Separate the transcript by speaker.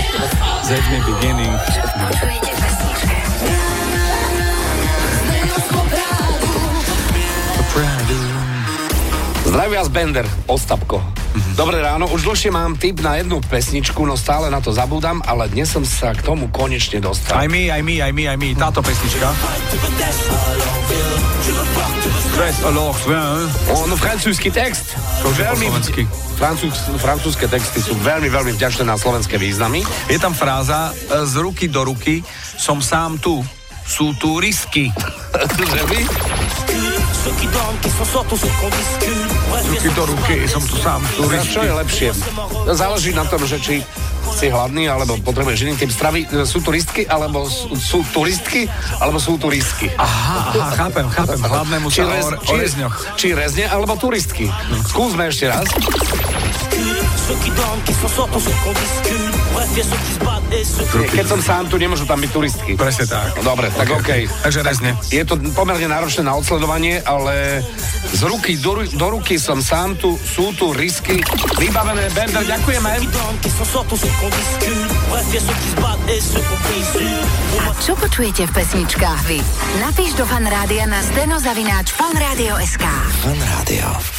Speaker 1: That may beginning.
Speaker 2: Zdravím vás, Bender, Ostapko. Dobré ráno, už dlhšie mám tip na jednu pesničku, no stále na to zabúdam, ale dnes som sa k tomu konečne dostal.
Speaker 1: Aj my, aj my, aj my, aj my. Táto pesnička. Dress alors, hein?
Speaker 2: On no, francúzsky text.
Speaker 1: To už je po slovensky.
Speaker 2: Francúz, francúzske texty sú veľmi, veľmi vďačné na slovenské významy.
Speaker 1: Je tam fráza, e, z ruky do ruky, som sám tu. Sú tu risky.
Speaker 2: Že vy?
Speaker 3: Ceux qui dorment, qui s'en sortent, ou ceux qu'on discute. Bref,
Speaker 1: Ruky do ruky, som tu sám, sú
Speaker 2: A
Speaker 1: risky.
Speaker 2: čo je lepšie? Záleží na tom, že či si hladný, alebo potrebuješ iný typ stravy. Sú turistky, alebo sú, sú turistky, alebo sú turistky.
Speaker 1: Aha, aha, chápem, chápem. Hladnému sa o, re- o
Speaker 2: či,
Speaker 1: rezňoch.
Speaker 2: či rezne, alebo turistky. Skúsme ešte raz.
Speaker 3: Ceux qui dorment, qui s'en sortent, ou ceux qu'on discute. Bref, il y a ceux qui se battent et ceux qui
Speaker 2: Nie, Keď som sám tu, nemôžu tam byť turistky. No,
Speaker 1: Presne tak.
Speaker 2: Dobre, tak okej.
Speaker 1: Takže rezne.
Speaker 2: Je to pomerne náročné na odsledovanie, ale z ruky do, ru- do ruky som sám tu, sú tu risky. Vybavené, Bender, ďakujeme.
Speaker 3: qui dorment, qui s'en sortent, ou ceux qu'on discute. Bref, il y a ceux qui se battent et ceux qu'on brise.
Speaker 4: A čo počujete v pesničkách vy? Napíš do fan rádia na steno zavináč fanradio.sk.
Speaker 5: Fan Rádio.